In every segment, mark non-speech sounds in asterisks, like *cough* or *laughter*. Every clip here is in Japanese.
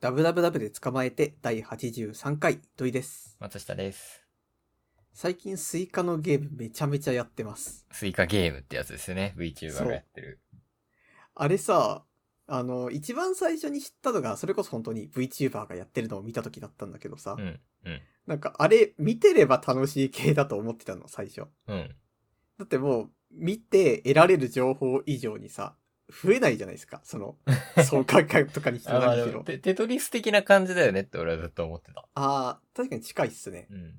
ダブダブダブで捕まえて第83回、土井です。松下です。最近スイカのゲームめちゃめちゃやってます。スイカゲームってやつですね。VTuber がやってる。あれさ、あの、一番最初に知ったのが、それこそ本当に VTuber がやってるのを見た時だったんだけどさ、うん。うん。なんかあれ見てれば楽しい系だと思ってたの、最初。うん。だってもう、見て得られる情報以上にさ、増えないじゃないですか、そ *laughs* の、相関感とかにしあろまあ何でしもろ。テ、テトリス的な感じだよねって俺はずっと思ってた。ああ、確かに近いっすね。うん。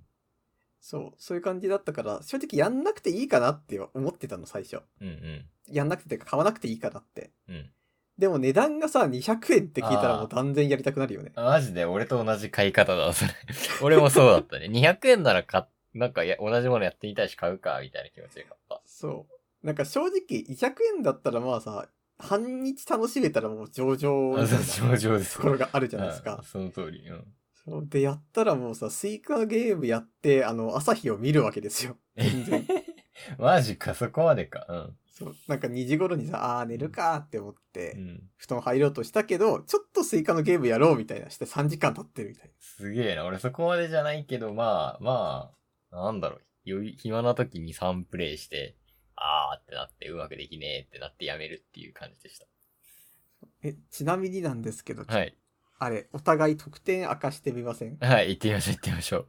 そう、そういう感じだったから、正直やんなくていいかなって思ってたの、最初。うんうん。やんなくててか買わなくていいかなって。うん。でも値段がさ、200円って聞いたらあーもう断然やりたくなるよね。あマジで俺と同じ買い方だ、それ。 *laughs* 俺もそうだったね。200円なら買っ、なんかや同じものやってみたいし買うか、みたいな気持ちで買った。そう。なんか正直、200円だったらまあさ、半日楽しめたらもう上々あみたいそうな上々ですところがあるじゃないですうんか。その通り。うん。そうで、やったらもうさ、スイカゲームやって、あの、朝日を見るわけですよ。全然 *laughs* マジか、そこまでか。うん。そう。なんか2時頃にさ、あー寝るかーって思って、うん。布団入ろうとしたけど、ちょっとスイカのゲームやろうみたいなして3時間経ってるみたいな。すげえな。俺そこまでじゃないけど、まあ、まあ、なんだろう。余裕暇な時に3プレイして、あーってなって、うまくできねえってなってやめるっていう感じでした。え、ちなみになんですけど、はい。あれ、お互い得点明かしてみませんはい、行ってみましょう、行ってみましょう。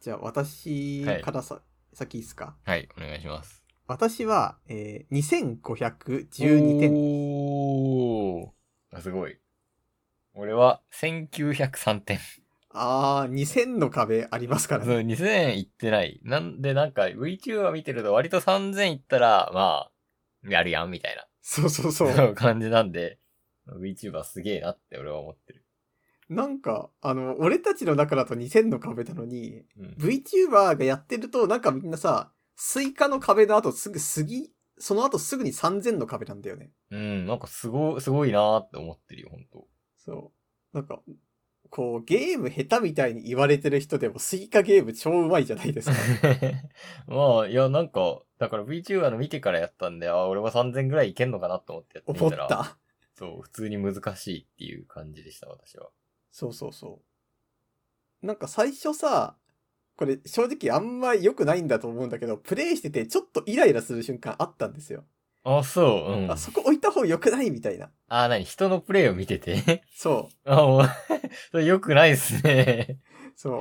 じゃあ私はいからさ、先いいですかはい、お願いします。私は、えー、2512点。おーあ、すごい。俺は、1903点。あー、2000の壁ありますから *laughs* そね。う、2000いってない。なんで、なんか、VTuber 見てると割と3000いったら、まあ、やるやん、みたいな。そうそうそ。そうう、 *laughs* 感じなんで、VTuber すげえなって俺は思ってる。なんか、あの、俺たちの中だと2000の壁なのに、うん。 VTuber がやってると、なんかみんなさ、スイカの壁の後すぐ杉、その後すぐに3000の壁なんだよね。うん、なんかすご、すごいなーって思ってるよ、ほん *laughs* と。そう。なんか、こう、ゲーム下手みたいに言われてる人でも、スイカゲーム超うまいじゃない *laughs* ですか。まあ、いや、なんか、だから VTuber の見てからやったんで、あ、俺は3000ぐらいいけんのかなと思ってやって思みったら。た。そう、普通に難しいっていう感じでした、私は。そうそうそう。なんか最初さ、これ正直あんま良くないんだと思うんだけど、プレイしててちょっとイライラする瞬間あったんですよ。あ、そう、うん。あ、そこ置いた方良くないみたいな。あ、なに、人のプレイを見てて。 *laughs* そあ、もう、それ良くないっすね。 *laughs* う、そ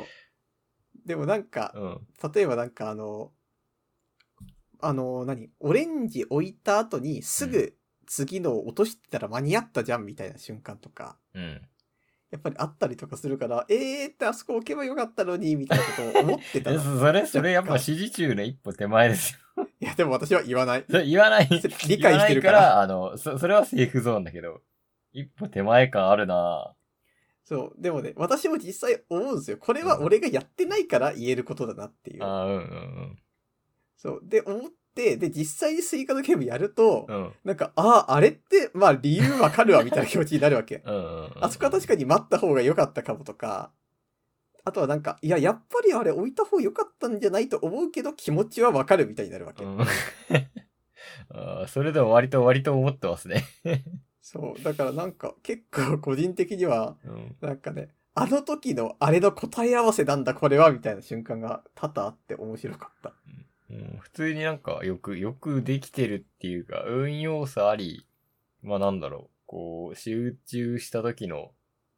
う。でもなんかう、ん。例えばなんかあの、あの、何オレンジ置いた後にすうぐ次の落としてたら間に合ったじゃんみたいな瞬間とか、うん。やっぱりあったりとかするから、えーってあそこ置けばよかったのに、みたいなことを思ってた *laughs* えの。いそそれ、それやっぱ指示中の一歩手前ですよ。 *laughs* や、でも私は言わない。それ言わない。それ *laughs* 理解してるから言わないあの、そ、それはセーフゾーンだけど、一歩手前感あるなそう。でもね、私も実際思うんですよ。これは俺がやってないから言えることだなっていう。あーうんうんそう。で、思って、で、実際にスイカのゲームやると、うん。うん。。なんか、ああ、あれって、まあ理由わかるわ、みたいな気持ちになるわけうんうんうん。あそこは確かに待った方が良かったかもとか、あとはなんか、いや、やっぱりあれ置いた方良かったんじゃないと思うけど、気持ちはわかるみたいになるわけ。うん。 *laughs* あーそれでも割と割と思ってますね。そう。だからなんか、結構個人的には、うん。なんかね、あの時のあれの答え合わせなんだ、これは、みたいな瞬間が多々あって面白かった。うん普通になんかよく、よくできてるっていうか、運用差あり、まあなんだろう、こう、集中した時の、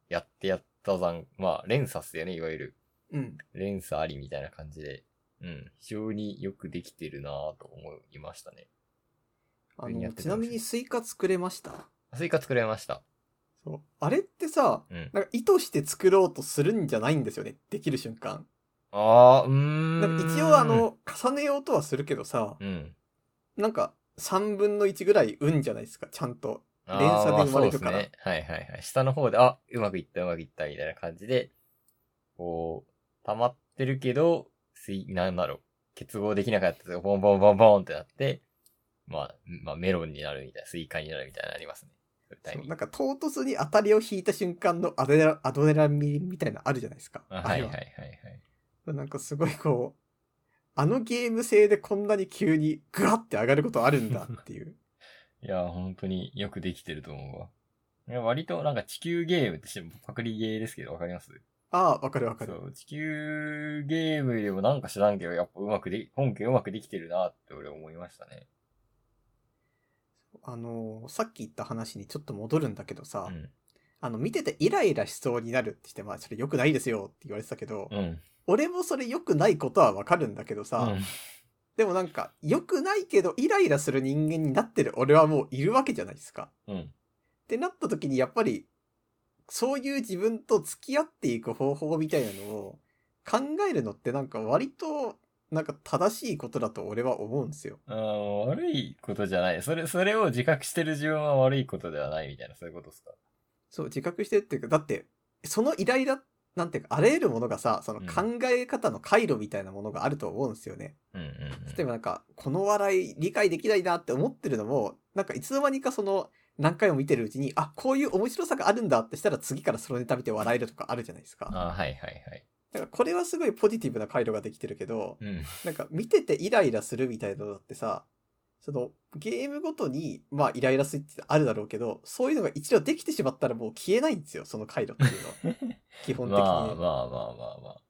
やってやった算、まあ連鎖っすよね、いわゆる。うん。連鎖ありみたいな感じで、うん、非常によくできてるなぁと思いましたね。あ上にやの、ってちたならしいみにスイカ作れましたスイカ作れました。そう。あれってさ、うん。なんか意図して作ろうとするんじゃないんですよね。できる瞬間。ああ、うーん。なんか一応あ、の、重ねようとはするけどさ、うん。なんか3分の1ぐらい運じゃないですか、ちゃんと。あー連鎖で生まれるからまあそうっすね。はいはいはい。下の方で、あ、うまくいったうまくいったみたいな感じで、こう、溜まってるけど、すい、なんだろう、結合できなかったやつがボンボンボンボンってなって、まあ、まあメロンになるみたいな、スイカになるみたいなのありますね。そういうタイそうミンなグ。んか唐突に当たりを引いた瞬間のアドレナアドレナリンみたいなのあるじゃないですか。あはいれはいはいはい。なんかすごいこう、あのゲーム性でこんなに急にグワって上がることあるんだっていう。いやー、本当によくできてると思うわ。いや割となんか地球ゲームってしてもパクリゲーですけど、わかりますああ、わかるわかそる。う、地球ゲームでもなんか知らんけど、やっぱうまくで、本家うまくできてるなって俺思いましたね。あのー、さっき言った話にちょっと戻るんだけどうさ、ん。あの、見ててイライラしそうになるってして、まあ、それ良くないですよって言われてたけど、うん。俺もそれ良くないことはわかるんだけどさ、うんでもなんか、良くないけどイライラする人間になってる俺はもういるわけじゃないですか。うん。ってなった時にやっぱりそういう自分と付き合っていく方法みたいなのを考えるのってなんか割となんか正しいことだと俺は思うんですよ。あー悪いことじゃない。それ、それを自覚してる自分は悪いことではないみたいな、そういうことですかそう自覚してるっていうかだってそのイライラなんていうかあらゆるものがさそのうん考え方の回路みたいなものがあると思うんですよね。うんうん、うん。例えばなんかこの笑い理解できないなって思ってるのもなんかいつの間にかその何回も見てるうちにあこういう面白さがあるんだってしたら次からそのネタ見て笑えるとかあるじゃないですか。あーはいはいはい。だからこれはすごいポジティブな回路ができてるけど、うん。なんか見ててイライラするみたいなのだってさ、そのゲームごとに、まあイライラスイッチってあるだろうけど、そういうのが一度できてしまったらもう消えないんですよ、その回路っていうのは。 *laughs* 基本的に。まあまあまあまあまあ。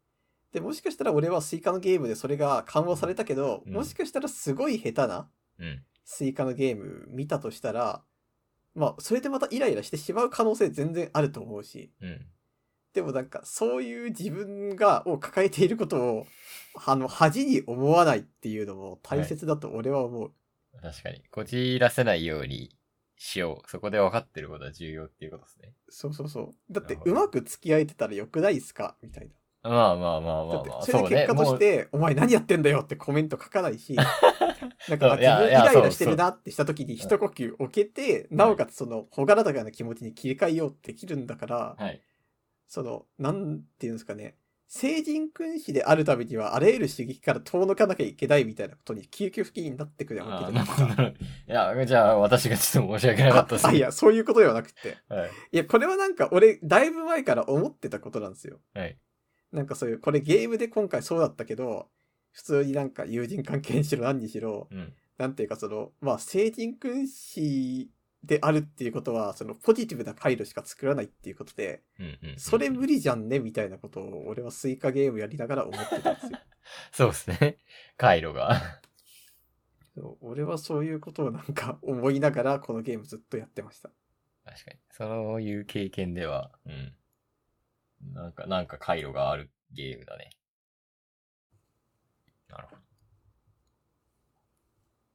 で、もしかしたら俺はスイカのゲームでそれが緩和されたけど、うんもしかしたらすごい下手なうん。スイカのゲーム見たとしたら、まあそれでまたイライラしてしまう可能性全然あると思うし。うん。でもなんかそういう自分がを抱えていることをあの恥に思わないっていうのも大切だと俺は思う、確かに。こじらせないようにしよう。そこで分かってることは重要っていうことですね。そうそうそうだっなてるほうどまく付き合えてたらよくないですかみたいまあまあまなあまだあってまあ。それで結果として、お前何やってんだよってコメント書かない *laughs* しなんかそういや自分イいやライラしてそるうなってした時に一呼吸置けてなおかつその朗らかな気持ちに切り替えようってできるんだからもうはい。そのなんていうんですかね成人君子であるためにはあらゆる刺激から遠のかなきゃいけないみたいなことに究極的になってくるわけあーじゃな *laughs* ないるでほすか。どなるほどいや、じゃあ私がちょっと申し訳なかったですあね。いやそういうことではなくってはい。いやこれはなんか俺だいぶ前から思ってたことなんですよ。はい。なんかそういうこれゲームで今回そうだったけど普通になんか友人関係にしろ何にしろうん。なんていうかそのまあ成人君子であるっていうことはそのポジティブな回路しか作らないっていうことでうんうん、うん。それ無理じゃんねみたいなことを俺はスイカゲームやりながら思ってたんです *laughs* よ。そうですね。回路が。そう俺はそういうことをなんか思いながらこのゲームずっとやってました。確かに。そういう経験では、うん。なんか、なんか回路があるゲームだね。なるほど。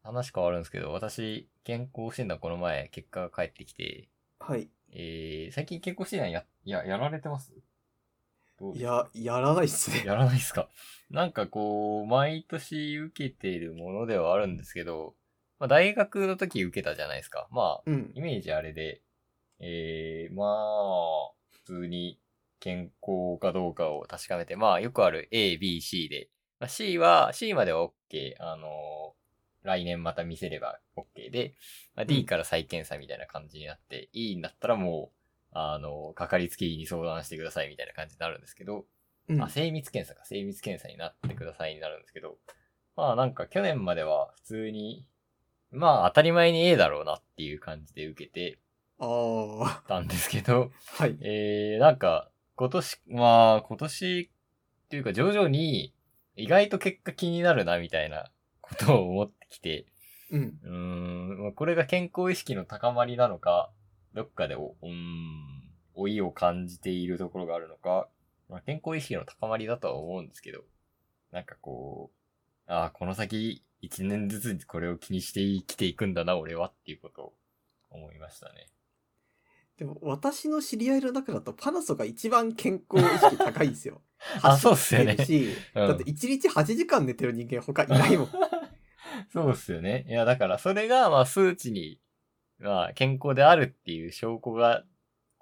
話変わるんですけど、私、健康診断この前、結果が返ってきて、はい。えー、最近健康診断や、や、やられてますどういですかや、やらないっすね。やらないですかなんかこう、毎年受けているものではあるんですけど、まあ大学の時受けたじゃないですか。まあ、うんイ。メージあれで、えー、まあ、普通に健康かどうかを確かめて、まあ、よくある A、B、C で、まあ、C は、C までは OK、あのー来年また見せれば OK で、まあ、う D んから再検査みたいな感じになって、E になったらもう、あのーかかりつけ医に相談してくださいみたいな感じになるんですけど、うんあ、精密検査か、精密検査になってくださいになるんですけど、まあなんか去年までは普通に、まあ当たり前に A だろうなっていう感じで受けてあーたんですけど、 *laughs* はい。えー、なんか今年、まあ今年っていうか徐々に意外と結果気になるなみたいなことを思ってきて、うん。うーん、まあこれが健康意識の高まりなのか、どっかでお、うーん、老いを感じているところがあるのか、まあ、健康意識の高まりだとは思うんですけど、なんかこう、ああ、この先、一年ずつこれを気にして生きていくんだな、俺はっていうことを思いましたね。でも私の知り合いの中だとパナソが一番健康意識高いんですよ。 *laughs* あそうっすよね走ってるし、うんだって1日8時間寝てる人間他いないもん。そうっすよね。いや、だから、それが、まあ、数値に、まあ、健康であるっていう証拠が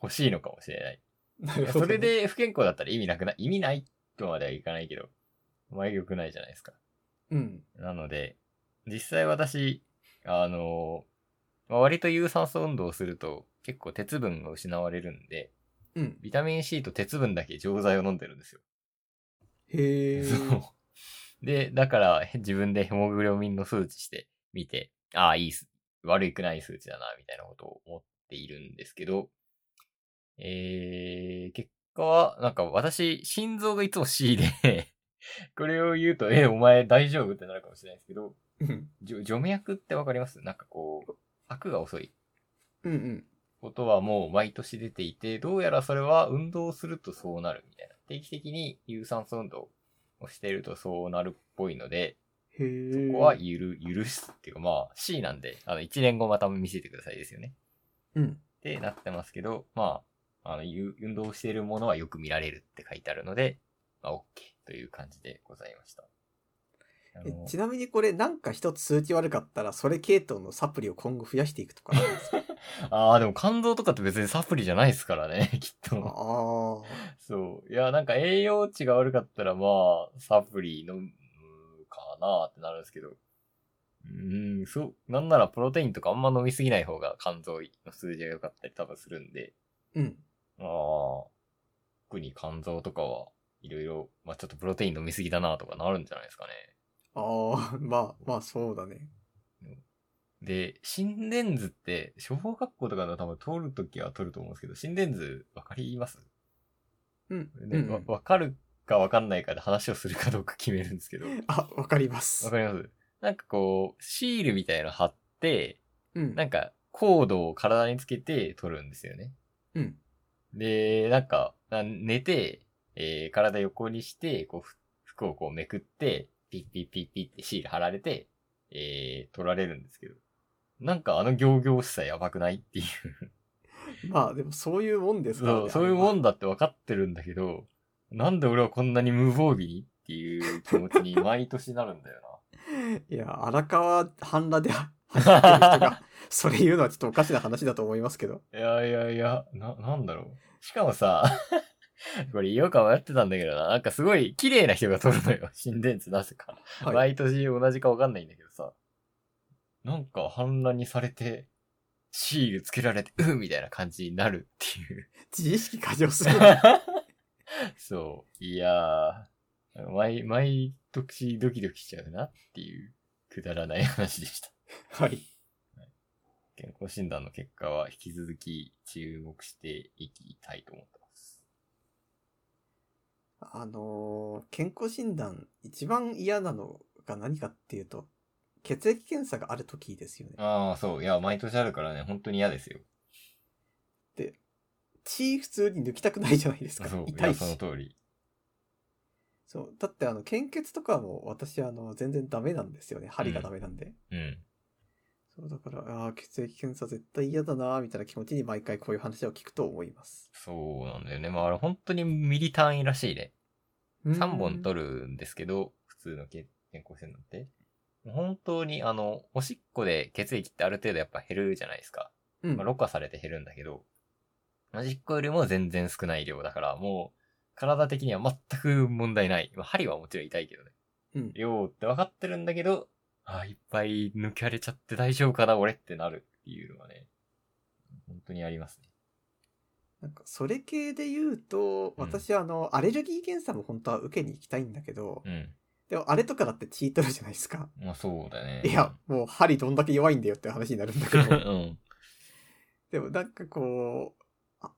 欲しいのかもしれない。ないる *laughs* やほどそねれ、で不健康だったら意味なくない、意味ないとまではいかないけど、まあ良くないじゃないですか。うん。なので、実際私、あのまあ割と有酸素運動をすると結構鉄分が失われるんで、うん。ビタミン C と鉄分だけ錠剤を飲んでるんですよ。へえ。そう。で、だから自分でヘモグロミンの数値してみて、ああ、いいす、悪くない数値だな、みたいなことを思っているんですけど、えー、結果は、なんか私、心臓がいつも C で、 *laughs* これを言うと、え、お前大丈夫ってなるかもしれないですけど、うん。じょ除脈ってわかりますなんかこう、拍が遅いうんうん。ことはもう毎年出ていて、どうやらそれは運動をするとそうなるみたいな。定期的に有酸素運動をしているとそうなるっぽいので、へえ。ここはゆる、許すっていうか、まあ C なんで、あの1年後また見せてくださいですよね。うん。ってなってますけど、まあ、あの、ゆ運動しているものはよく見られるって書いてあるので、まあ、OK という感じでございました。あえのちなみにこれなんか一つ数値悪かったらそれ系統のサプリを今後増やしていくとかあるんですかああ、でも肝臓とかって別にサプリじゃないですからね、 *laughs* きっと。あそう。いや、なんか栄養値が悪かったら、まあ、サプリ飲むかなってなるんですけど。うん、そう。なんならプロテインとかあんま飲みすぎない方が肝臓の数字が良かったり多分するんで。ーうんまあ、特に肝臓とかはいろいろ、まあちょっとプロテイン飲みすぎだなとかなるんじゃないですかね。ああ *laughs* まあまあそうだねで、心電図って、処方学校とかでは多分取るときは取ると思うんですけど、心電図わかりますうん、ねうんうわん、わかるかわかんないかで話をするかどうか決めるんですけど、わあわかりますかりますなんかこう、シールみたいなの貼って、うんなんかコードを体につけて取るんですよね。うんで、なんか、な寝て、えー体横にして、こう、ふ服をこうめくって、ピッピッピッピッってシール貼られて、えー取られるんですけど。なんかあの行々しさやばくないっていう。まあでもそういうもんですから *laughs* そねう、そういうもんだだって分かってるんだけど、なんで俺はこんなに無防備にっていう気持ちに毎年なるんだよいや荒川半裸で走ってる人 *laughs* がそれ言うのはちょっとおかしな話だと思いますけどな。いやいやいや、な、なんだろう。しかもさ、 *laughs* これ言おうか迷ってたんだけどな、なんかすごい綺麗な人が撮るのよ。 *laughs* 心電図なぜか。はい毎年同じかわかんないんだけどさ。なんか反乱にされて、シールつけられて、うんみたいな感じになるっていう。自意識過剰すぎる *laughs* *laughs* そう。いやー、毎、毎年ドキドキしちゃうなっていうくだらない話でした。はい健康診断の結果は引き続き注目していきたいと思ってます。あのー健康診断一番嫌なのが何かっていうと血液検査がある時ですよねああ、そう。いや、毎年あるからね、本当に嫌ですよ。血普通に抜きたくないじゃないですかそう。い痛や、いそのし通り。そうだってあの献血とかも私あの全然ダメなんですよね針がダメなんで、うん。そうだからあー血液検査絶対嫌だなーみたいな気持ちに毎回こういう話を聞くと思いますそうなんだよね。まあ、あれ本当にミリ単位らしいね。3本と取るんですけど、普通のけ健康診断って。本当に、あの、おしっこで血液ってある程度やっぱ減るじゃないですか。うんまあ、ろ過されて減るんだけど、おしっこよりも全然少ない量だから、もう、体的には全く問題ない。まあ、針はもちろん痛いけどね。うん量って分かってるんだけど、ああ、いっぱい抜かれちゃって大丈夫かな、俺ってなるっていうのはね、本当にありますね。なんかそれ系で言うとうん私あのアレルギー検査も本当は受けに行きたいんだけど、うでもあれとかだって血取るじゃないですかん。まあ、そうだね。いや、もう針どんだけ弱いんだよって話になるんだうけん。ど *laughs* うん。でもなんかこうあ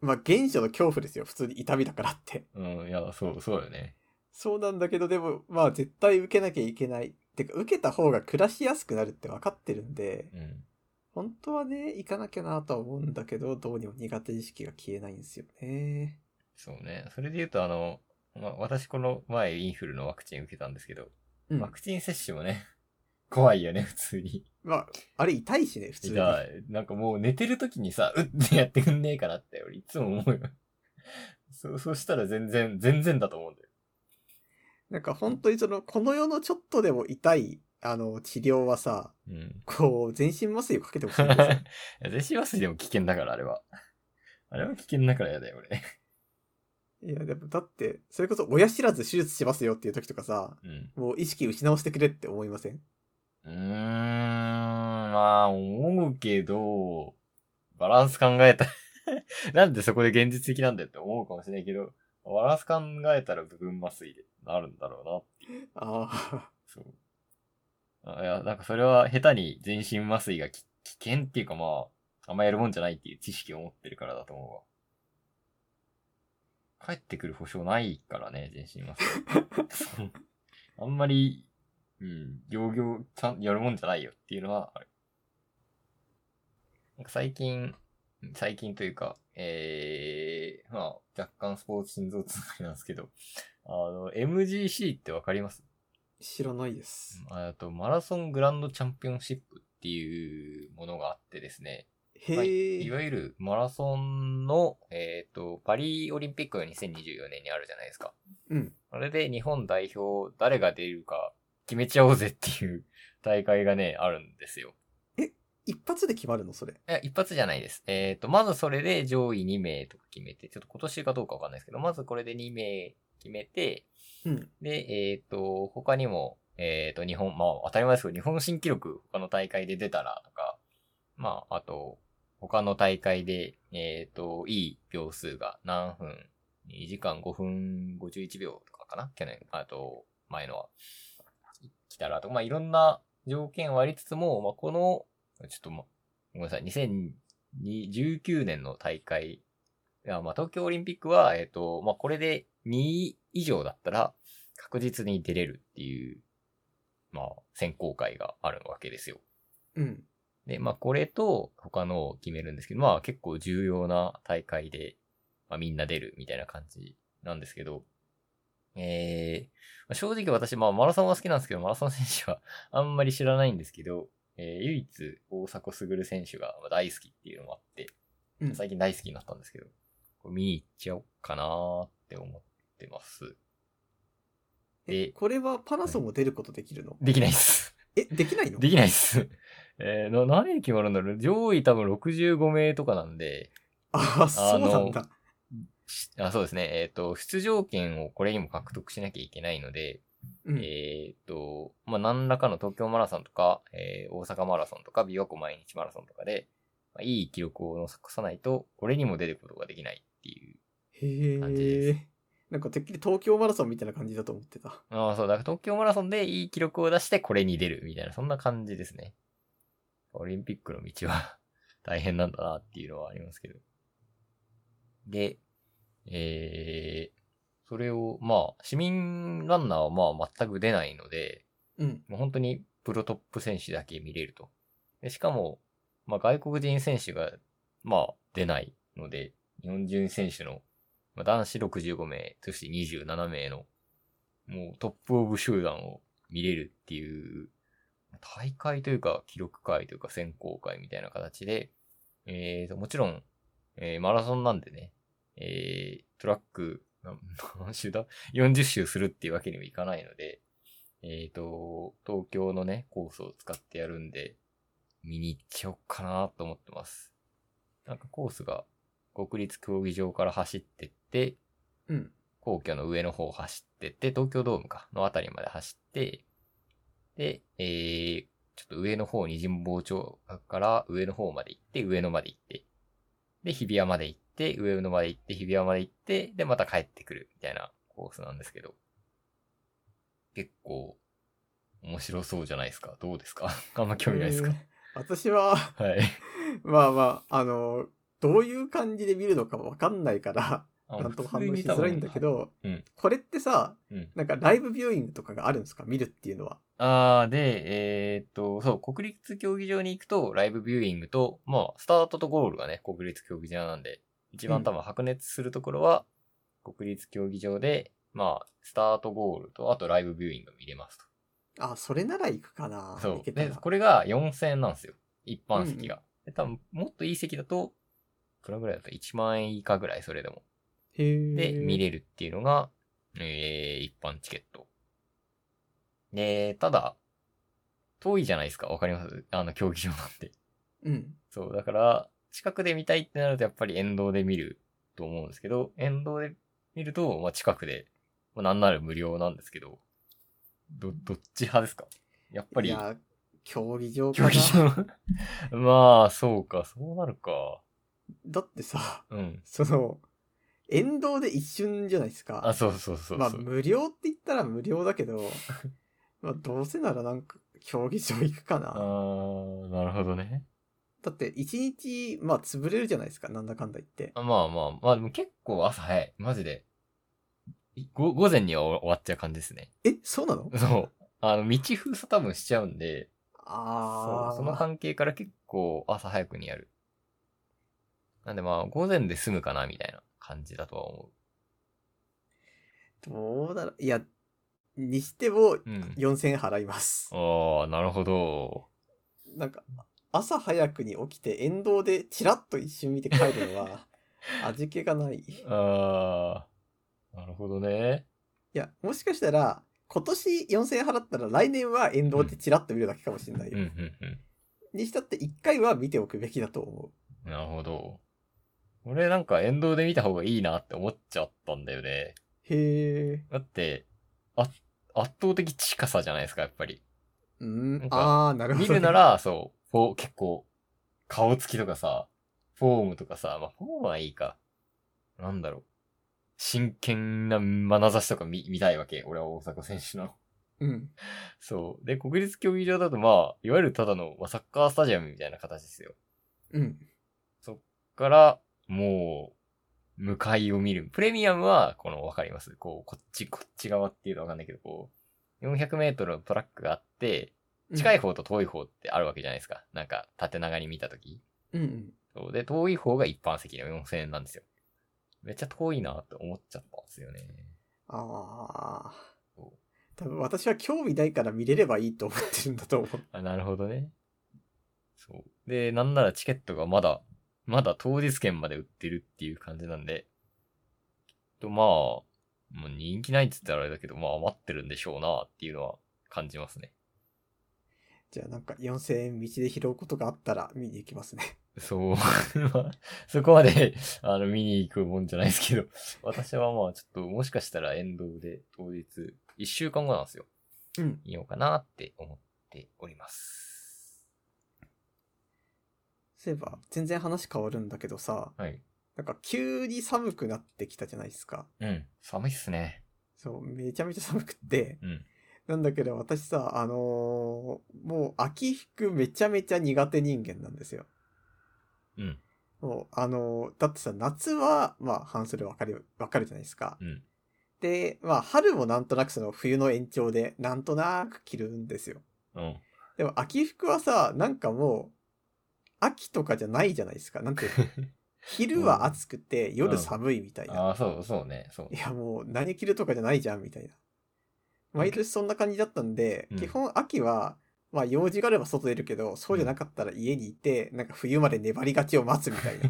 まあ原初の恐怖ですよ普通に痛みだからってうん、いや、そう、そうよね。そうなんだけど、でも、まあ絶対受けなきゃいけない。てか、受けた方が暮らしやすくなるって分かってるんで、うん。本当はね、行かなきゃなとは思うんだけど、どうにも苦手意識が消えないんですよね。そうね。それで言うと、あの、まあ、私この前インフルのワクチン受けたんですけど、うん。ワクチン接種もね、怖いよね、普通に。まあ、あれ痛いしね、普通じに。ゃあ、なんかもう寝てる時にさ、うってやってくんねえかなって、俺いつも思うよ。そう、そうしたら全然、全然だと思うんだよ。なんか本当にその、この世のちょっとでも痛い、あの、治療はさ、うん。こう、全身麻酔をか *laughs* けてほしいんですよ。全身麻酔でも危険だから、あれは。あれは危険だからやだよ、俺。いや、でもだって、それこそ親知らず手術しますよっていう時とかさ、うん。もう意識失わせてくれって思いませ *laughs* んうーん、まあ、思うけど、バランス考えた *laughs* なんでそこで現実的なんだよって思うかもしれないけど、バランス考えたら部分麻酔でなるんだろうな。 *laughs* あそう。あいや、なんかそれは下手に全身麻酔がき危険っていうかまあ、あんまやるもんじゃないっていう知識を持ってるからだと思うわ。帰ってくる保証ないからね、全身麻酔。あんまり、うん、行々ちゃん、やるもんじゃないよっていうのはある。なんか最近、最近というか、えー、まあ、若干スポーツ心臓つながりなんですけど、あの、MGC ってわかります知らないです。あと、マラソングランドチャンピオンシップっていうものがあってですね、へはいえ、いわゆるマラソンの、えっ、と、パリオリンピックが2024年にあるじゃないですか。うん。それで日本代表、誰が出るか決めちゃおうぜっていう *laughs* 大会がね、あるんですよ。一発で決まるのそれ。いや、一発じゃないです。えっ、と、まずそれで上位2名とか決めて、ちょっと今年かどうかわかんないですけど、まずこれで2名決めて、うん。で、えっ、と、他にも、えっ、と、日本、まあ、当たり前ですけど、日本新記録、他の大会で出たらとか、まあ、あと、他の大会で、えっ、と、いい秒数が何分、2時間5分51秒とかかな去年、あと、前のは、来たらとか、まあ、いろんな条件はありつつも、まあ、この、ちょっと、ま、ごめんなさい、2019年の大会が、まあ、東京オリンピックは、えっ、と、まあ、これで2位以上だったら、確実に出れるっていう、まあ、選考会があるわけですよ。うん。で、まあ、これと他のを決めるんですけど、まあ、結構重要な大会で、まあ、みんな出るみたいな感じなんですけど、えーまあ、正直私、まあ、マラソンは好きなんですけど、マラソン選手は *laughs* あんまり知らないんですけど、えー唯一、大迫傑選手がまあ大好きっていうのもあって、うん、最近大好きになったんですけど、これ見に行っちゃおうかなーって思ってます。えで、これはパナソンも出ることできるのできないっす。え、できないのできないっす。 *laughs* えー、の、何で決まるんだろう上位多分65名とかなんで、ああ、そうなんだ。しあそうですね。えっ、と、出場権をこれにも獲得しなきゃいけないので、うん。えっ、と、まあ、何らかの東京マラソンとか、えー大阪マラソンとか、琵琶湖毎日マラソンとかで、まあ、いい記録を残さないと、これにも出ることができないっていう。感じへでえ。なんかてっきり東京マラソンみたいな感じだと思ってた。ああ、そう、だから東京マラソンでいい記録を出してこれに出るみたいな、そんな感じですね。オリンピックの道は *laughs* 大変なんだなっていうのはありますけど。で、えー、それを、まあ、市民ランナーはまあ全く出ないので、うん。もう本当にプロトップ選手だけ見れると。でしかも、まあ、外国人選手が、まあ、出ないので、日本人選手の、まあ、男子65名、そして27名の、もうトップオブ集団を見れるっていう、大会というか、記録会というか、選考会みたいな形で、えーと、もちろん、えーマラソンなんでね、えー、トラック、な何周だ ?40 周するっていうわけにもいかないので、えーと、東京のね、コースを使ってやるんで、見に行っちゃおうかなと思ってます。なんかコースが、国立競技場から走ってって、うん。皇居の上の方を走ってって、東京ドームか、のあたりまで走って、で、えー、ちょっと上の方に神保町から上の方まで行って、上野まで行って、で、日比谷まで行って、上野まで行って、日比谷まで行って、で、また帰ってくる、みたいなコースなんですけど、結構、面白そうじゃないですか。どうですか *laughs* あんま興味ないですかへ、え私は、 *laughs* はい。まあまあ、あの、どういう感じで見るのかわかんないから、なんとも反応しづらいんだけ。ど、うんこれってさ、うんなんかライブビューイングとかがあるんですか見るっていうのは。ああ、で、えーっと、そう、国立競技場に行くと、ライブビューイングと、まあ、スタートとゴールがね、国立競技場なんで、一番多分白熱するところは、国立競技場で、まあ、スタートゴールと、あとライブビューイング見れますあ、それなら行くかなと。。そ行けう。たで、らこれが4000円なんですよ。一般席が。で多分、もっといい席だと、いくらぐらいだったら1万円以下ぐらい、それでも。で、見る。れるっていうのが、えー、一般チケット。で、ただ、遠いじゃないですか。わかりますあの、競技場なんて。うん。そう、だから、近くで見たいってなると、やっぱり沿道で見ると思うんですけど、沿道で見ると、まあ、近くで、まあ、なんなら無料なんですけど、ど、どっち派ですかやっぱいり、や、競技場か競な技場。 *laughs* まあ、そうか、そうなるか。だってさ、 *laughs* うん。その、沿道で一瞬じゃないですか。あ、そうそうそうまあ、そう。無料って言ったら無料だけど、 *laughs* まあ、どうせならなんか、競技場行くかあな。ー、なるほどね。だって、一日、まあ、潰れるじゃないですか、なんだかんだ言って。あまあまあ、まあでも結構朝早い。マジで。ご午前には終わっちゃう感じですね。え、そうなのそう。あの、道封鎖多分しちゃうんで、ああ。そうその関係から結構朝早くにやる。なんでまあ、午前で済むかな、みたいな感じだとは思どうだろう。いや、にしてもう。うん。 4000払います。ああ、なるほど。なんか、朝早くに起きて沿道でチラッと一瞬見て帰るの *laughs* は、味気がない。いああ、なるほどね。や、もしかしたら、今年4000円払ったら来年は沿道でチラッと見るだけかもしれないうん、よ。うん、うん。にしたって1回は見ておくべきだと思なるほど。俺なんか沿道で見た方がいいなって思っちゃったんだよね。う。へえ。だって、あ、圧倒的近さじゃないですか、やっぱり。うんなん。かああ、なるほど、見るな、ら、そう、フォー、結構、顔つきとかさ、フォームとかさ、まあ、フォームはいいか。なんだろう。真剣な眼差しとか見、見たいわけ。俺は大迫選手の。うん。そう。で、国立競技場だと、まあ、いわゆるただの、まあサッカースタジアムみたいな形ですよ。うん。から、もう、向かいを見る。プレミアムは、この、わかりますこう、こっち、こっち側っていうのはわかんないけど、こう、400メートルのトラックがあって、近い方。方と遠い方ってあるわけじゃないですか。なんか、縦長に見たとき。うんうん。そうで、遠い方が一般席の4000円なんですよ。めっちゃ遠いなって思っちゃったんですよね。ああそう。多分私は興味ないから見れればいいと思ってるんだと思う。あ、なるほどね。そう。で、なんならチケットがまだ、まだ当日券まで売ってるっていう感じなんで、とまあ、もう人気ないって言ったらあれだけど、まあ余ってるんでしょうなっていうのは感じますね。じゃあなんか4000円道で拾うことがあったら見に行きますね。そう。 *laughs* まあそこまで、 *laughs* あの、見に行くもんじゃないですけど、 *laughs* 私はまあちょっと、もしかしたら沿道で当日、一週間後なんですよ。うん。見ようかなって思っております。そういえば、全然話変わるんだけどさ、はい。なんか急に寒くなってきたじゃないですか。うん。寒いっすね。そう、めちゃめちゃ寒くって。うん。なんだけど私さ、あのーもう秋服めちゃめちゃ苦手人間なんですよ。うん。もう、あのーだってさ、夏は、まあ半袖分かる、分かるじゃないですか。うん。で、まあ春もなんとなくその冬の延長で、なんとなく着るんですよ。うん。でも秋服はさ、なんかもう、秋とかじゃないじゃないですか。なんていうの昼は暑くて、夜寒いみたいな。ああ、そう、そうね、そうい。やもう、何着るとかじゃないじゃん、みたいな。毎年そんな感じだったんで、うん基本秋は、まあ用事があれば外出るけど、そうじゃなかったら家にいて、なんか冬まで粘りがちを待つみたい *laughs* な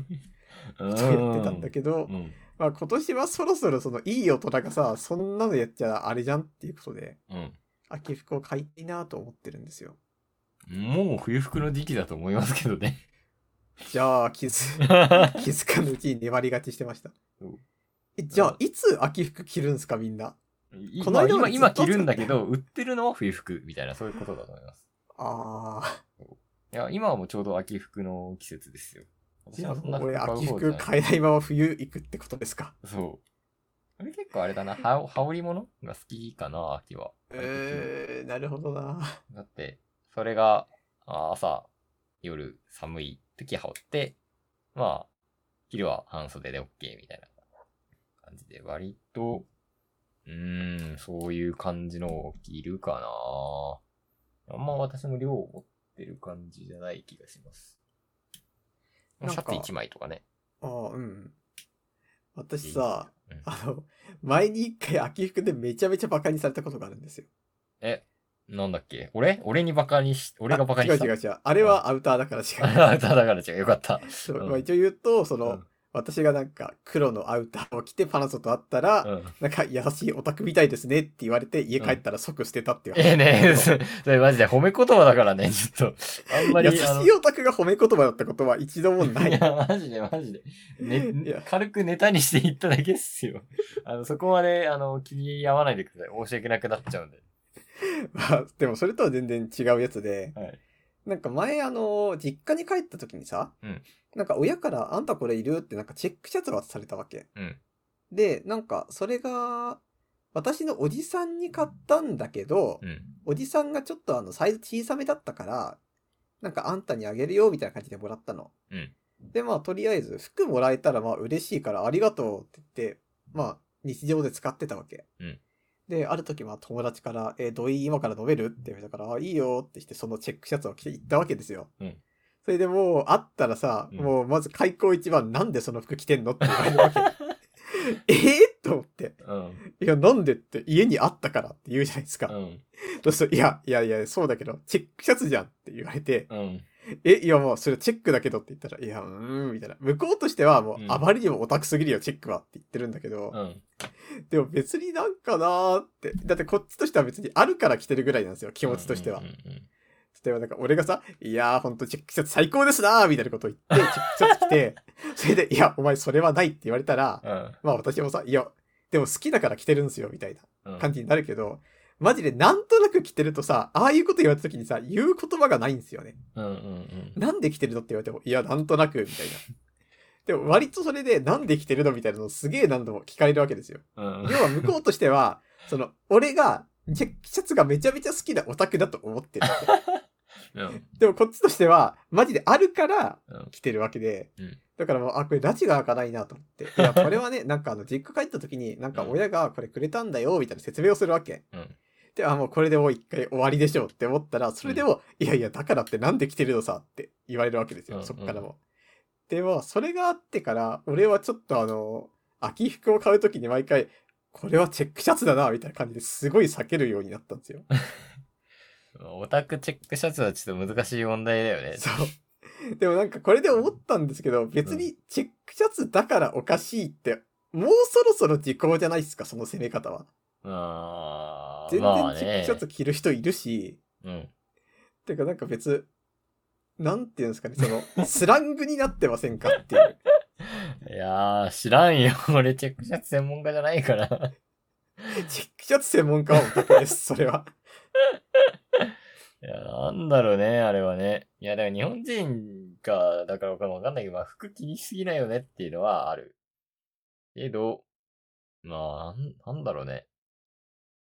ことをやってたんだけけど、うん。まあ今年はそろそろそのいい大人がさ、そんなのやっちゃあれじゃんっていうことで、うん。秋服を買いたいなと思ってるんですよ。もう冬服の時期だと思いますけどね。 *laughs* じゃあ、気づ、 *laughs* 気づかぬうちに粘りがちしてましたうん。え、じゃうんあ、いつ秋服着るんすか、みんな。いこのまあ間ま今、で今ずっと着るんだけど、売ってるのは冬服みたいな、そういうことだと思います。ああ、いや、今はもうちょうど秋服の季節ですよ。じゃあ、んな俺、秋買う服方じゃない買えないまま冬行くってことですか。そう。俺結構あれだな、は羽織物が好きかな、秋は。えー、なるほどな。だって、それが、あー朝、夜、寒い時羽織って、まあ、昼は半袖で OK みたいな感じで、割と、うーん、そういう感じのを着るかなあんま私も量を持ってる感じじゃない気がします。シなんかャツ1枚とかね。 *laughs* ああ、うん。私さ、うんあの、前に一回秋服でめちゃめちゃバカにされたことがあるんですよ。え、なんだっけ俺俺にバカにし、俺がバカにした。あ違う違う違う。あれはアウターだから違う。 *laughs* あだから違う。よかった。そううんまあ、一応言うと、その、うん私がなんか黒のアウターを着てパナソと会ったら、うんなんか優しいオタクみたいですねって言われて家帰ったら即捨てたっていう話ええね、そそれマジで褒め言葉だからね、ちょっと。あんまり。優しいオタクが褒め言葉だったことは一度もあなのい。*laughs* いや、マジでマジで。いやね、軽くネタにして言っただけっすよ。あの、そこまで、あの、気に合わないでください。申し訳なくなっちゃうんで。まあ、でもそれとは全然違うやつで、はい。なんか前あの、実家に帰った時にさ、うんなんか親からあんたこれいるってなんかチェックシャツ渡されたわけ。うん。で、なんかそれが、私のおじさんに買ったんだけど、うん。おじさんがちょっとあのサイズ小さめだったから、なんかあんたにあげるよみたいな感じでもらったの。うんで、まあとりあえず服もらえたらまあ嬉しいからありがとうって言って、まあ日常で使ってたわけ。うんで、ある時、まあ、友達から、えー、土井今から飲めるって言われたから、あ、いいよってして、そのチェックシャツを着て行ったわけですよ。うんそれでもう、会ったらさ、うんもう、まず開口一番、なんでその服着てんのって言われるわけ。 *laughs* えー、と思って。うん。いや、なんでって、家にあったからって言うじゃないですか。うん。そうするといや、いやいや、そうだけど、チェックシャツじゃんって言われて、うん。え、いやもうそれチェックだけどって言ったら、いや、うーん、みたいな。向こうとしてはもう、うんあまりにもオタクすぎるよ、チェックはって言ってるんだけど、うん。でも別になんかなーって。だってこっちとしては別にあるから着てるぐらいなんですよ、気持ちとしては。うんうん例えばなんか俺がさ、いやーほんとチェックシャツ最高ですなーみたいなことを言って、チェックシャツ着て、 *laughs* それで、いや、お前それはないって言われたら、うん。まあ私もさ、いや、でも好きだから着てるんですよ、みたいな。うん。感じになるけど、マジでなんとなく着てるとさ、ああいうこと言われた時にさ、言う言葉がないんですよね。うんうんうん。なんで着てるのって言われても、いや、なんとなく、みたいな。でも割とそれで、なんで着てるのみたいなのをすげえ何度も聞かれるわけですよ。うん要は向こうとしては、その、俺が、チェックシャツがめちゃめちゃ好きなオタクだと思ってるわけ。うん。でもこっちとしては、マジであるからうん着てるわけで、うんだからもう、あ、これ拉致が開かないなと思って。いや、これはね、なんかあの、実家帰った時に、なんか親がこれくれたんだよ、みたいな説明をするわけ。うんで、あ、もうこれでもう一回終わりでしょうって思ったら、それでも、いやいや、だからってなんで着てるのさって言われるわけですよ、うんそっからも。でも、それがあってから、俺はちょっとあの、秋服を買う時に毎回、これはチェックシャツだな、みたいな感じですごい避けるようになったんですよ。オタクチェックシャツはちょっと難しい問題だよね。そう。でもなんかこれで思ったんですけど、別にチェックシャツだからおかしいって、もうそろそろ時効じゃないですか、その攻め方は。うーん。全まあ然チェッねクシャツ着る人いるし、うん。てかなんか別、なんていうんですかね、その、スラングになってませんかって *laughs* いう。いやー、知らんよ。俺チェックシャツ専門家じゃないから。チェックシャツ専門家はオタクです、それは。いや、なんだろうね、あれはね。いや、だから日本人が、だからわかんないけど、まあ、服気にしすぎないよねっていうのはある。けど、まあ、なんなんだろうね。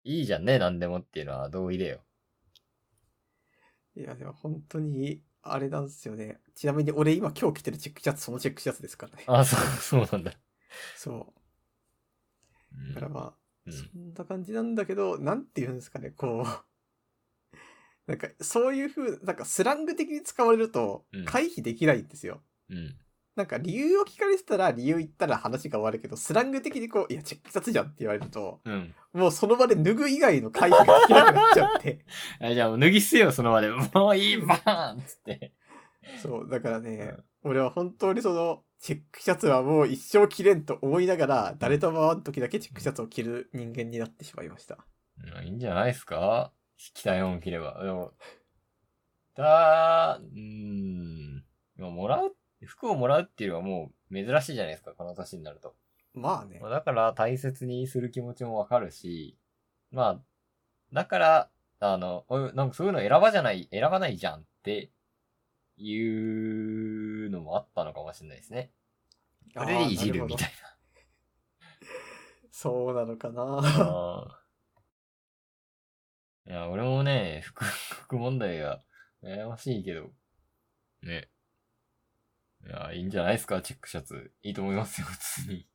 いいじゃんね、なんでもっていうのは同意だよ。いや、でも本当に、あれなんですよね。ちなみに俺今今日着てるチェックシャツ、そのチェックシャツですからね。あ、そう、そうなんだ。そうう。だからんまあ、うんそんな感じなんだけど、なんて言うんですかね、こう。 *laughs* なんか、そういう風なんかスラング的に使われるとうん、回避できないんですよ。うん。なんか、理由を聞かれてたら、理由言ったら話が終わるけど、スラング的にこう、いや、チェックシャツじゃんって言われると、うん。もうその場で脱ぐ以外の回避ができなくなっちゃ *laughs* って。あじゃあ、もう脱ぎ捨てよ、その場で。もういい、バーンっつって。そう、だからね、俺は本当にその、チェックシャツはもう一生着れんと思いながら、誰とも会う時だけチェックシャツを着る人間になってしまいました。うんいいんじゃないですか着たいもん着れば。でも、だー、うーん。でももらう、服をもらうっていうのはもう珍しいじゃないですか、この年になると。まあねまあ。だから大切にする気持ちもわかるし、まあ、だから、あの、おいなんかそういうの選ばじゃない、選ばないじゃんって、いうのもあったのかもしれないですね。それでいじるみたい。いそうなのかな。な。 *laughs* うんいや、俺もね、服、 *laughs* 服問題が悩ましいけど、ね。いや、いいんじゃないですか、チェックシャツ。いいと思いますよ、 *laughs* 普通に。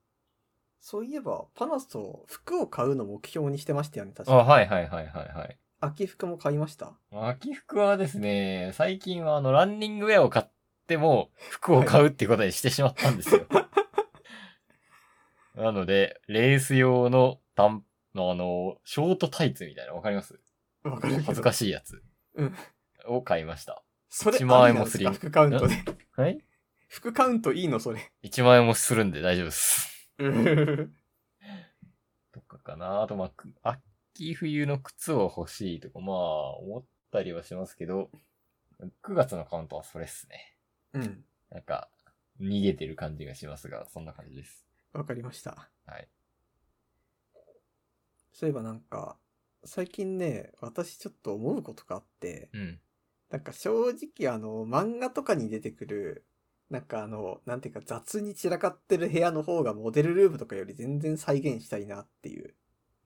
そういえば、パナソ、服を買うの目標にしてましたよね、確あ、か。はいはいはいはいはい。秋服も買いました。秋服はですね、最近はあの、ランニングウェアを買っても、服を買うっていうことにしてしまったんです *laughs* よ。なので、レース用の短、のあの、ショートタイツみたいな、わかりますわかるけど。恥ずかしいやつうん。を買いました。それ、 1万あり円なんもですするか服カウントで。はい服カウントいいの、それ。 ?1 万円もするんで大丈夫です。 *laughs* うんとかかな。あと、まあ、く秋冬の靴を欲しいとか、まあ、思ったりはしますけど、9月のカウントはそれっすね。うん。なんか、逃げてる感じがしますが、そんな感じです。わかりました。はい。そういえばなんか、最近ね、私ちょっと思うことがあって、うん。なんか正直あの、漫画とかに出てくる、なんかあの、なんていうか雑に散らかってる部屋の方がモデルルームとかより全然再現したいなっていう。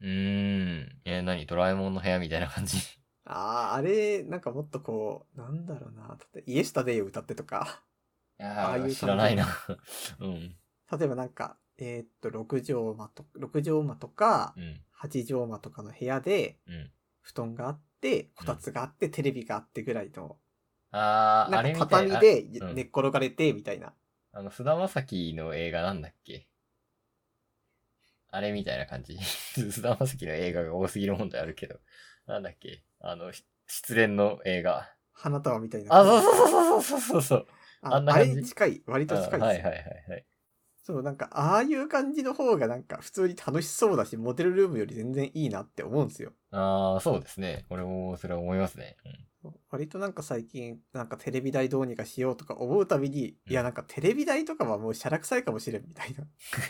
うーん。え、何ドラえもんの部屋みたいな感じ。ああ、あれ、なんかもっとこう、なんだろうな。例えばイエスタデイを歌ってとか、 *laughs* ああいう感ーじ *laughs* 知らないな。うん。例えばなんか、えーっと、6畳間と、六畳間とかう、ん。 8畳間とかの部屋で、うん。布団があって、こたつがあって、テレビがあってぐらいの、あー、あなれんみかたい畳な。でうん寝っ転がれて、みたいな。あの、菅田将暉の映画なんだっけあれみたいな感じ。 *laughs* 菅田将暉の映画が多すぎる問題あるけど。なんだっけあの、し失恋の映画。花束みたいな。あ、そうそうそうそうそうそうそう。ああんなあ感れじに近い、割と近いですうんよ。はいはいはいはい。そう、なんか、ああいう感じの方がなんか、普通に楽しそうだし、モデルルームより全然いいなって思うんですよ。ああ、そうですね。俺もそれは思いますね。 *laughs* 割となんか最近、なんかテレビ台どうにかしようとか思うたびに、うんいやなんかテレビ台とかはもうしゃらくさいかもしれんみたいな。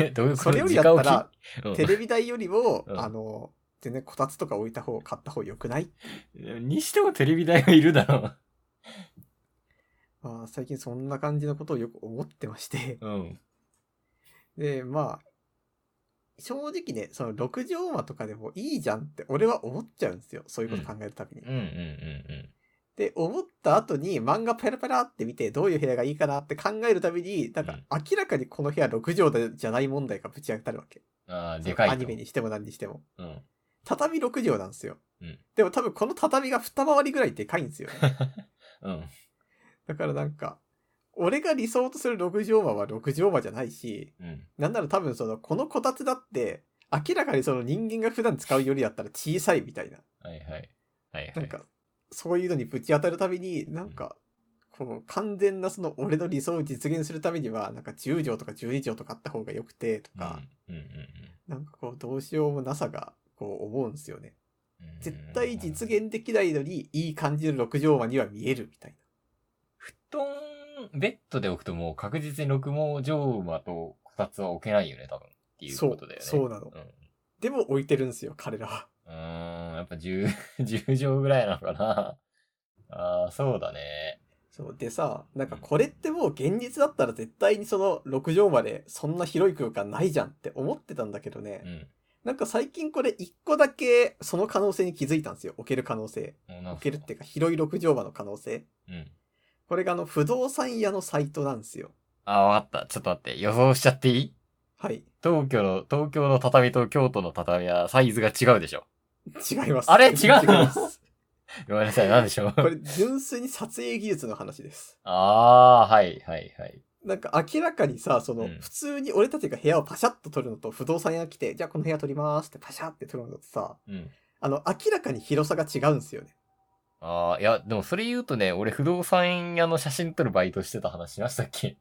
うん、どういうことそれよりだったら、、時間を切テレビ台よりも、うんあの、全然こたつとか置いた方、買った方良くないうんにしてもテレビ台はいるだろまあ、最近そんな感じのことをよく思ってまして。う。うん。で、まあ、正直ね、その6畳間とかでもいいじゃんって俺は思っちゃうんですよ。そういうこと考えるたびに。うんうんうんうん。で、思った後に漫画ペラペラって見て、どういう部屋がいいかなって考えるたびに、なんうかん明らかにこの部屋6畳じゃない問題がぶち当たるわけ。ああ、でかいと。アニメにしても何にしても。うん。畳6畳なんですよ。うんでも多分この畳が二回りぐらいでかいんですよね。 *laughs* うん。だからなんか、俺が理想とする6畳間は6畳間じゃないし、うん。なんなら多分その、このこたつだって、明らかにその人間が普段使うよりだったら小さいみたいな。はいはい。はいはい。なんか、そういうのにぶち当たるたびに、なんか、この完全なその俺の理想を実現するためには、なんか10畳とか12畳とかあった方が良くて、とか、うん、うんうんなんかこう、どうしようもなさが、こう思うんですよね。うんうん絶対実現できないのに、いい感じの6畳間には見えるみたい布団、ベッドで置くともう確実に六毛上馬とこたつは置けないよね、多分。っていうことだよね。そうそうなのうん。うな。でも置いてるんですよ、彼らは。ーん、やっぱ十、 *laughs* 十畳ぐらいなのかな。 *laughs* ああ、そうだね。そう。でさ、なんかこれってもう現実だったら絶対にその6畳までそんな広い空間ないじゃんって思ってたんだけどね。うん。なんか最近これ1個だけその可能性に気づいたんですよ。置ける可能性。もうなん置かけるっ。ていうか広い6畳間の可能性。うん。これがあの不動産屋のサイトなんですよ。ああ、わかった。ちょっと待って。予想しちゃっていいはい。東京の、東京の畳と京都の畳はサイズが違うでしょ。違います。あれ違うのい *laughs* ます。ごめんなさい、なんでしょう。これ純粋に撮影技術の話です。 *laughs* ああ、はい、はい、はい。なんか明らかにさ、その、うん普通に俺たちが部屋をパシャッと撮るのと不動産屋が来て、じゃあこの部屋撮りますってパシャって撮るのとさ、うん。あの、明らかに広さが違うんですよね。ああ、いや、でもそれ言うとね、俺不動産屋の写真撮るバイトしてた話しましたっけ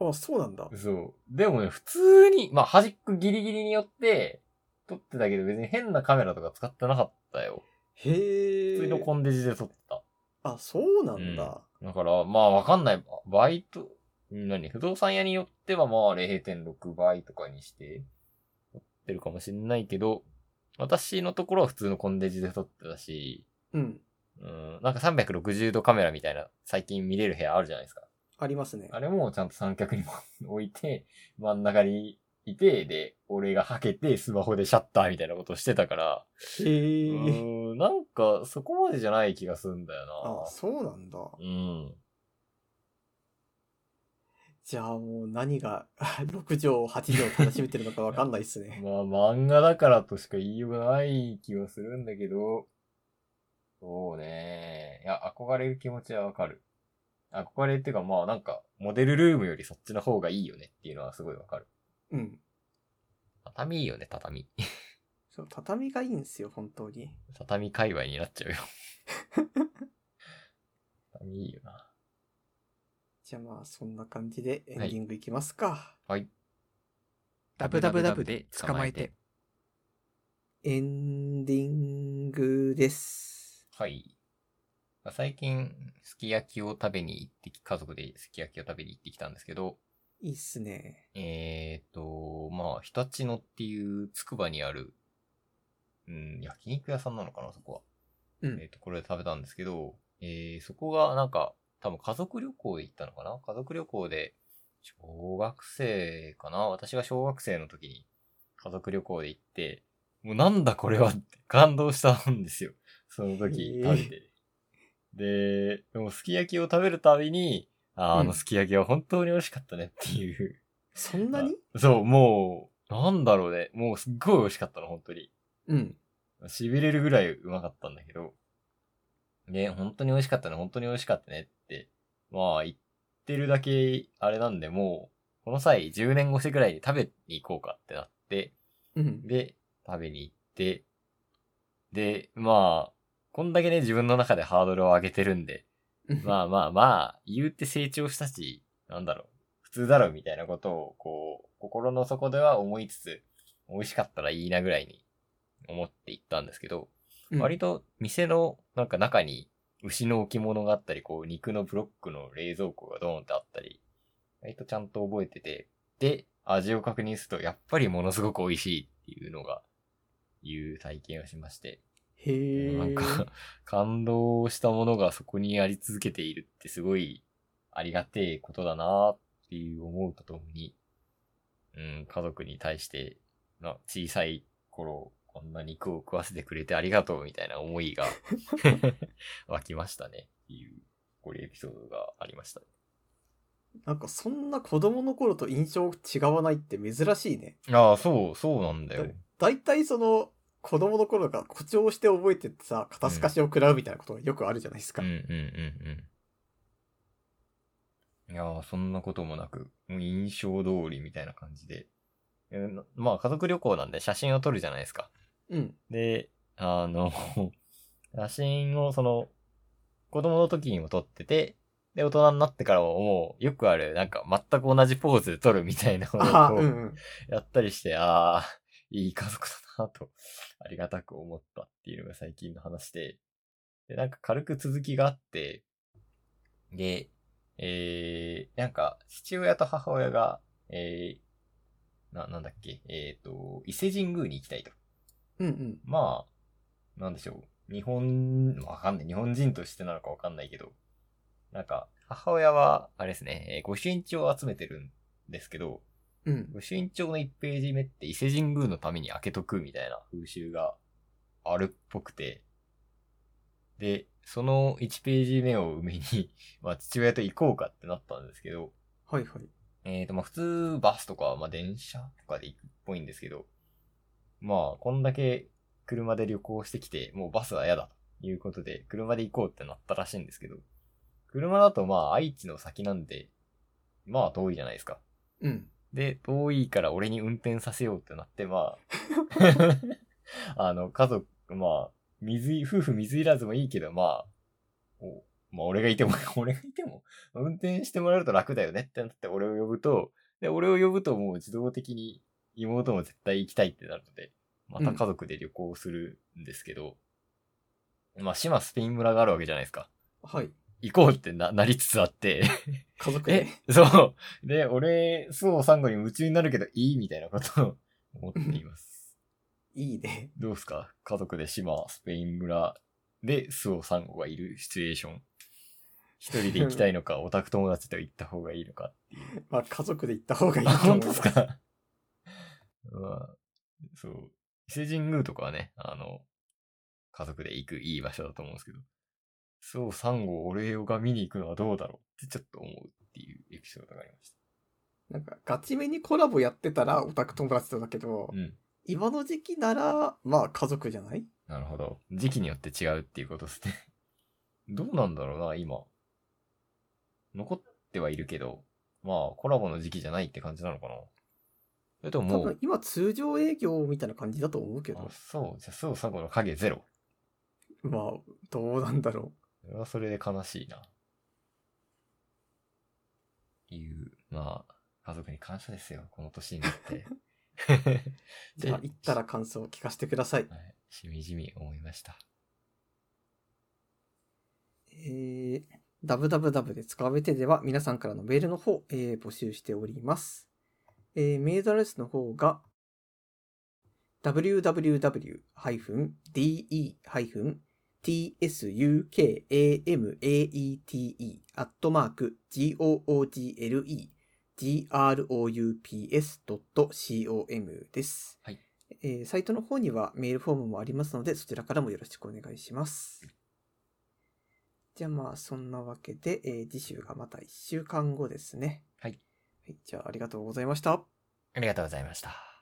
あ、そうなんだ。そう。でもね、普通に、まあ、端っこギリギリによって、撮ってたけど別に変なカメラとか使ってなかったよ。へえ。普通のコンデジで撮ってた。あ、そうなんだ。だから、まあ、わかんない。バイト、何不動産屋によっては、まあ、0.6倍とかにして、撮ってるかもしれないけど、私のところは普通のコンデジで撮ってたし、うん。うん、なんか360度カメラみたいな、最近見れる部屋あるじゃないですか。ありますね。あれもちゃんと三脚にも置いて、 *laughs* 真ん中にいて、で、俺がはけて、スマホでシャッターみたいなことしてたから、へうえ。ーん、なんか、そこまでじゃない気がするんだあよ、そうなんだ。な。うん。じゃあもう何が *laughs* 6畳、8畳楽しめてるのかわかんないっす *laughs* ね。まあ、漫画だからとしか言いようがない気はするんだけど、そうね。いや、憧れる気持ちはわかる。憧れっていうか、まあなんか、モデルルームよりそっちの方がいいよねっていうのはすごいわかる。うん。畳いいよね、畳。そう、畳がいいんですよ、本当に。畳界隈になっちゃうよ。畳いいよな。じゃあまあ、そんな感じでエンディングいきますか。はい。ダブダブダブで捕まえて。エンディングです。はい。まあ最近、すき焼きを食べに行ってき、家族ですき焼きを食べに行ってきたんですけど、いいっすね。えーと、まあ、ひたち野っていうつくばにある、うん、焼肉屋さんなのかな、そこは。うえっ、ん。と、これ食べたんですけど、えー、そこがなんか、多分家族旅行で行ったのかな家族旅行で、小学生かな私が小学生の時に家族旅行で行って、もうなんだこれはって感動したんですよ。その時え食ーべて。で、でもすき焼きを食べるたびに、あーあうのんすき焼きは本当に美味しかったねっていうそんなにそう、もう、なんだろうね。もうすっごい美味しかったの、本当に。うん。痺れるぐらいうまかったんだけど。ね、本当に美味しかったね、本当に美味しかったねって。まあ、言ってるだけ、あれなんで、もう、この際、10年越しぐらいに食べに行こうかってなって、うん。で、食べに行って、で、まあ、こんだけね、自分の中でハードルを上げてるんで、まあまあまあ、言うて成長したし、なんだろう、普通だろうみたいなことを、こう、心の底では思いつつ、美味しかったらいいなぐらいに思って行ったんですけど、うん割と店のなんか中に牛の置物があったり、こう肉のブロックの冷蔵庫がドーンってあったり、割とちゃんと覚えてて、で、味を確認するとやっぱりものすごく美味しいっていうのが、いう体験をしまして、へえ。なんか、感動したものがそこにあり続けているってすごいありがてえことだなっていう思うとともに、うん、家族に対して、な小さい頃、こんな肉を食わせてくれてありがとうみたいな思 *laughs* いが湧きましたねっていう、これエピソードがありました。なんかそんな子供の頃と印象違わないって珍しいね。ああ、そう、そうなんだよ。大体その子供の頃が誇張して覚えてってさ、肩透かしを食らうみたいなことがよくあるじゃないですうか。んうんうんうん。いやー、そんなこともなく、もう印象通りみたいな感じで。えーなまあ、家族旅行なんで写真を撮るじゃないですか。うん。で、あの、 *laughs* 写真をその、子供の時にも撮ってて、で、大人になってからももう、よくある、なんか、全く同じポーズで撮るみたいなあのーを、うんうん。やったりして、ああ、 *laughs* いい家族だなと、 *laughs* ありがたく思ったっていうのが最近の話で、で、なんか軽く続きがあって、で、えー、なんか、父親と母親が、えー、な、なんだっけ、えっ、と、伊勢神宮に行きたいと。うんうん。まあ、なんでしょう。日本、わかんない。日本人としてなのかわかんないけど。なんか、母親は、あれですね、えー御朱印帳を集めてるんですけど、うん。御朱印帳の1ページ目って伊勢神宮のために開けとくみたいな風習があるっぽくて、で、その1ページ目を埋めに、 *laughs* まあ父親と行こうかってなったんですけど、はいはい。えーと、まあ普通バスとか、まあ電車とかで行くっぽいんですけど、まあこんだけ車で旅行してきて、もうバスは嫌だということで、車で行こうってなったらしいんですけど、車だとまあ愛知の先なんで、まあ遠いじゃないですか。うん。で、遠いから俺に運転させようってなって、まあ、あの、家族、まあ、水い、夫婦水いらずもいいけど、まあ、おまあ、俺がいても、 *laughs* 俺がいても、運転してもらえると楽だよねってなって、俺を呼ぶと、で、俺を呼ぶともう自動的に妹も絶対行きたいってなるので、また家族で旅行するんですけど、まあ、島スペイン村があるわけじゃないですか。はい。行こうってな、なりつつあって、家族えで。、 *laughs* そう。で、俺、スオサンゴに夢中になるけどいいみたいなことを *laughs* 思って *laughs* います。いいね。 *laughs* どうすか家族で島、スペイン村でスオサンゴがいるシチュエーション。一人で行きたい *laughs* のか、オタク友達と行った方がいいのか。まあ家族で行った方 *laughs* がいいあ、と思本い当まですす。か *laughs* まあ、そう。伊勢神宮とかはね、あの、家族で行くいい場所だと思うんですけど、スオサンゴ、俺が見に行くのはどうだろうってちょっと思うっていうエピソードがありました。なんかガチめにコラボやってたらオタク友達とだけど、うん。今の時期なら、まあ家族じゃないなるほど。時期によって違うっていうことですね。 *laughs* どうなんだろうな、今。残ってはいるけど、まあ、コラボの時期じゃないって感じなのかな。それと多もも分う、今通常営業みたいな感じだと思うけあど、そう、じゃあ、そう、最後の影ゼロ。まあどうなんだろそれはそれで悲しいな。いう、まあ、家族に感謝ですよ、この年に *laughs* なって。う。じゃあで行ったら感想を聞かせてください。はい、しみじみ思いました。えー、ダブダブダブで使われてでは皆さんからのメールの方、えー募集しております。えーメールアドレスの方が www-de-tsukamate.google-groups.com です。はいえーサイトの方にはメールフォームもありますので、そちらからもよろしくお願いします。じゃあまあそんなわけで、えー次週がまた1週間後ですね。はい。はい、じゃあありがとうございました。ありがとうございました。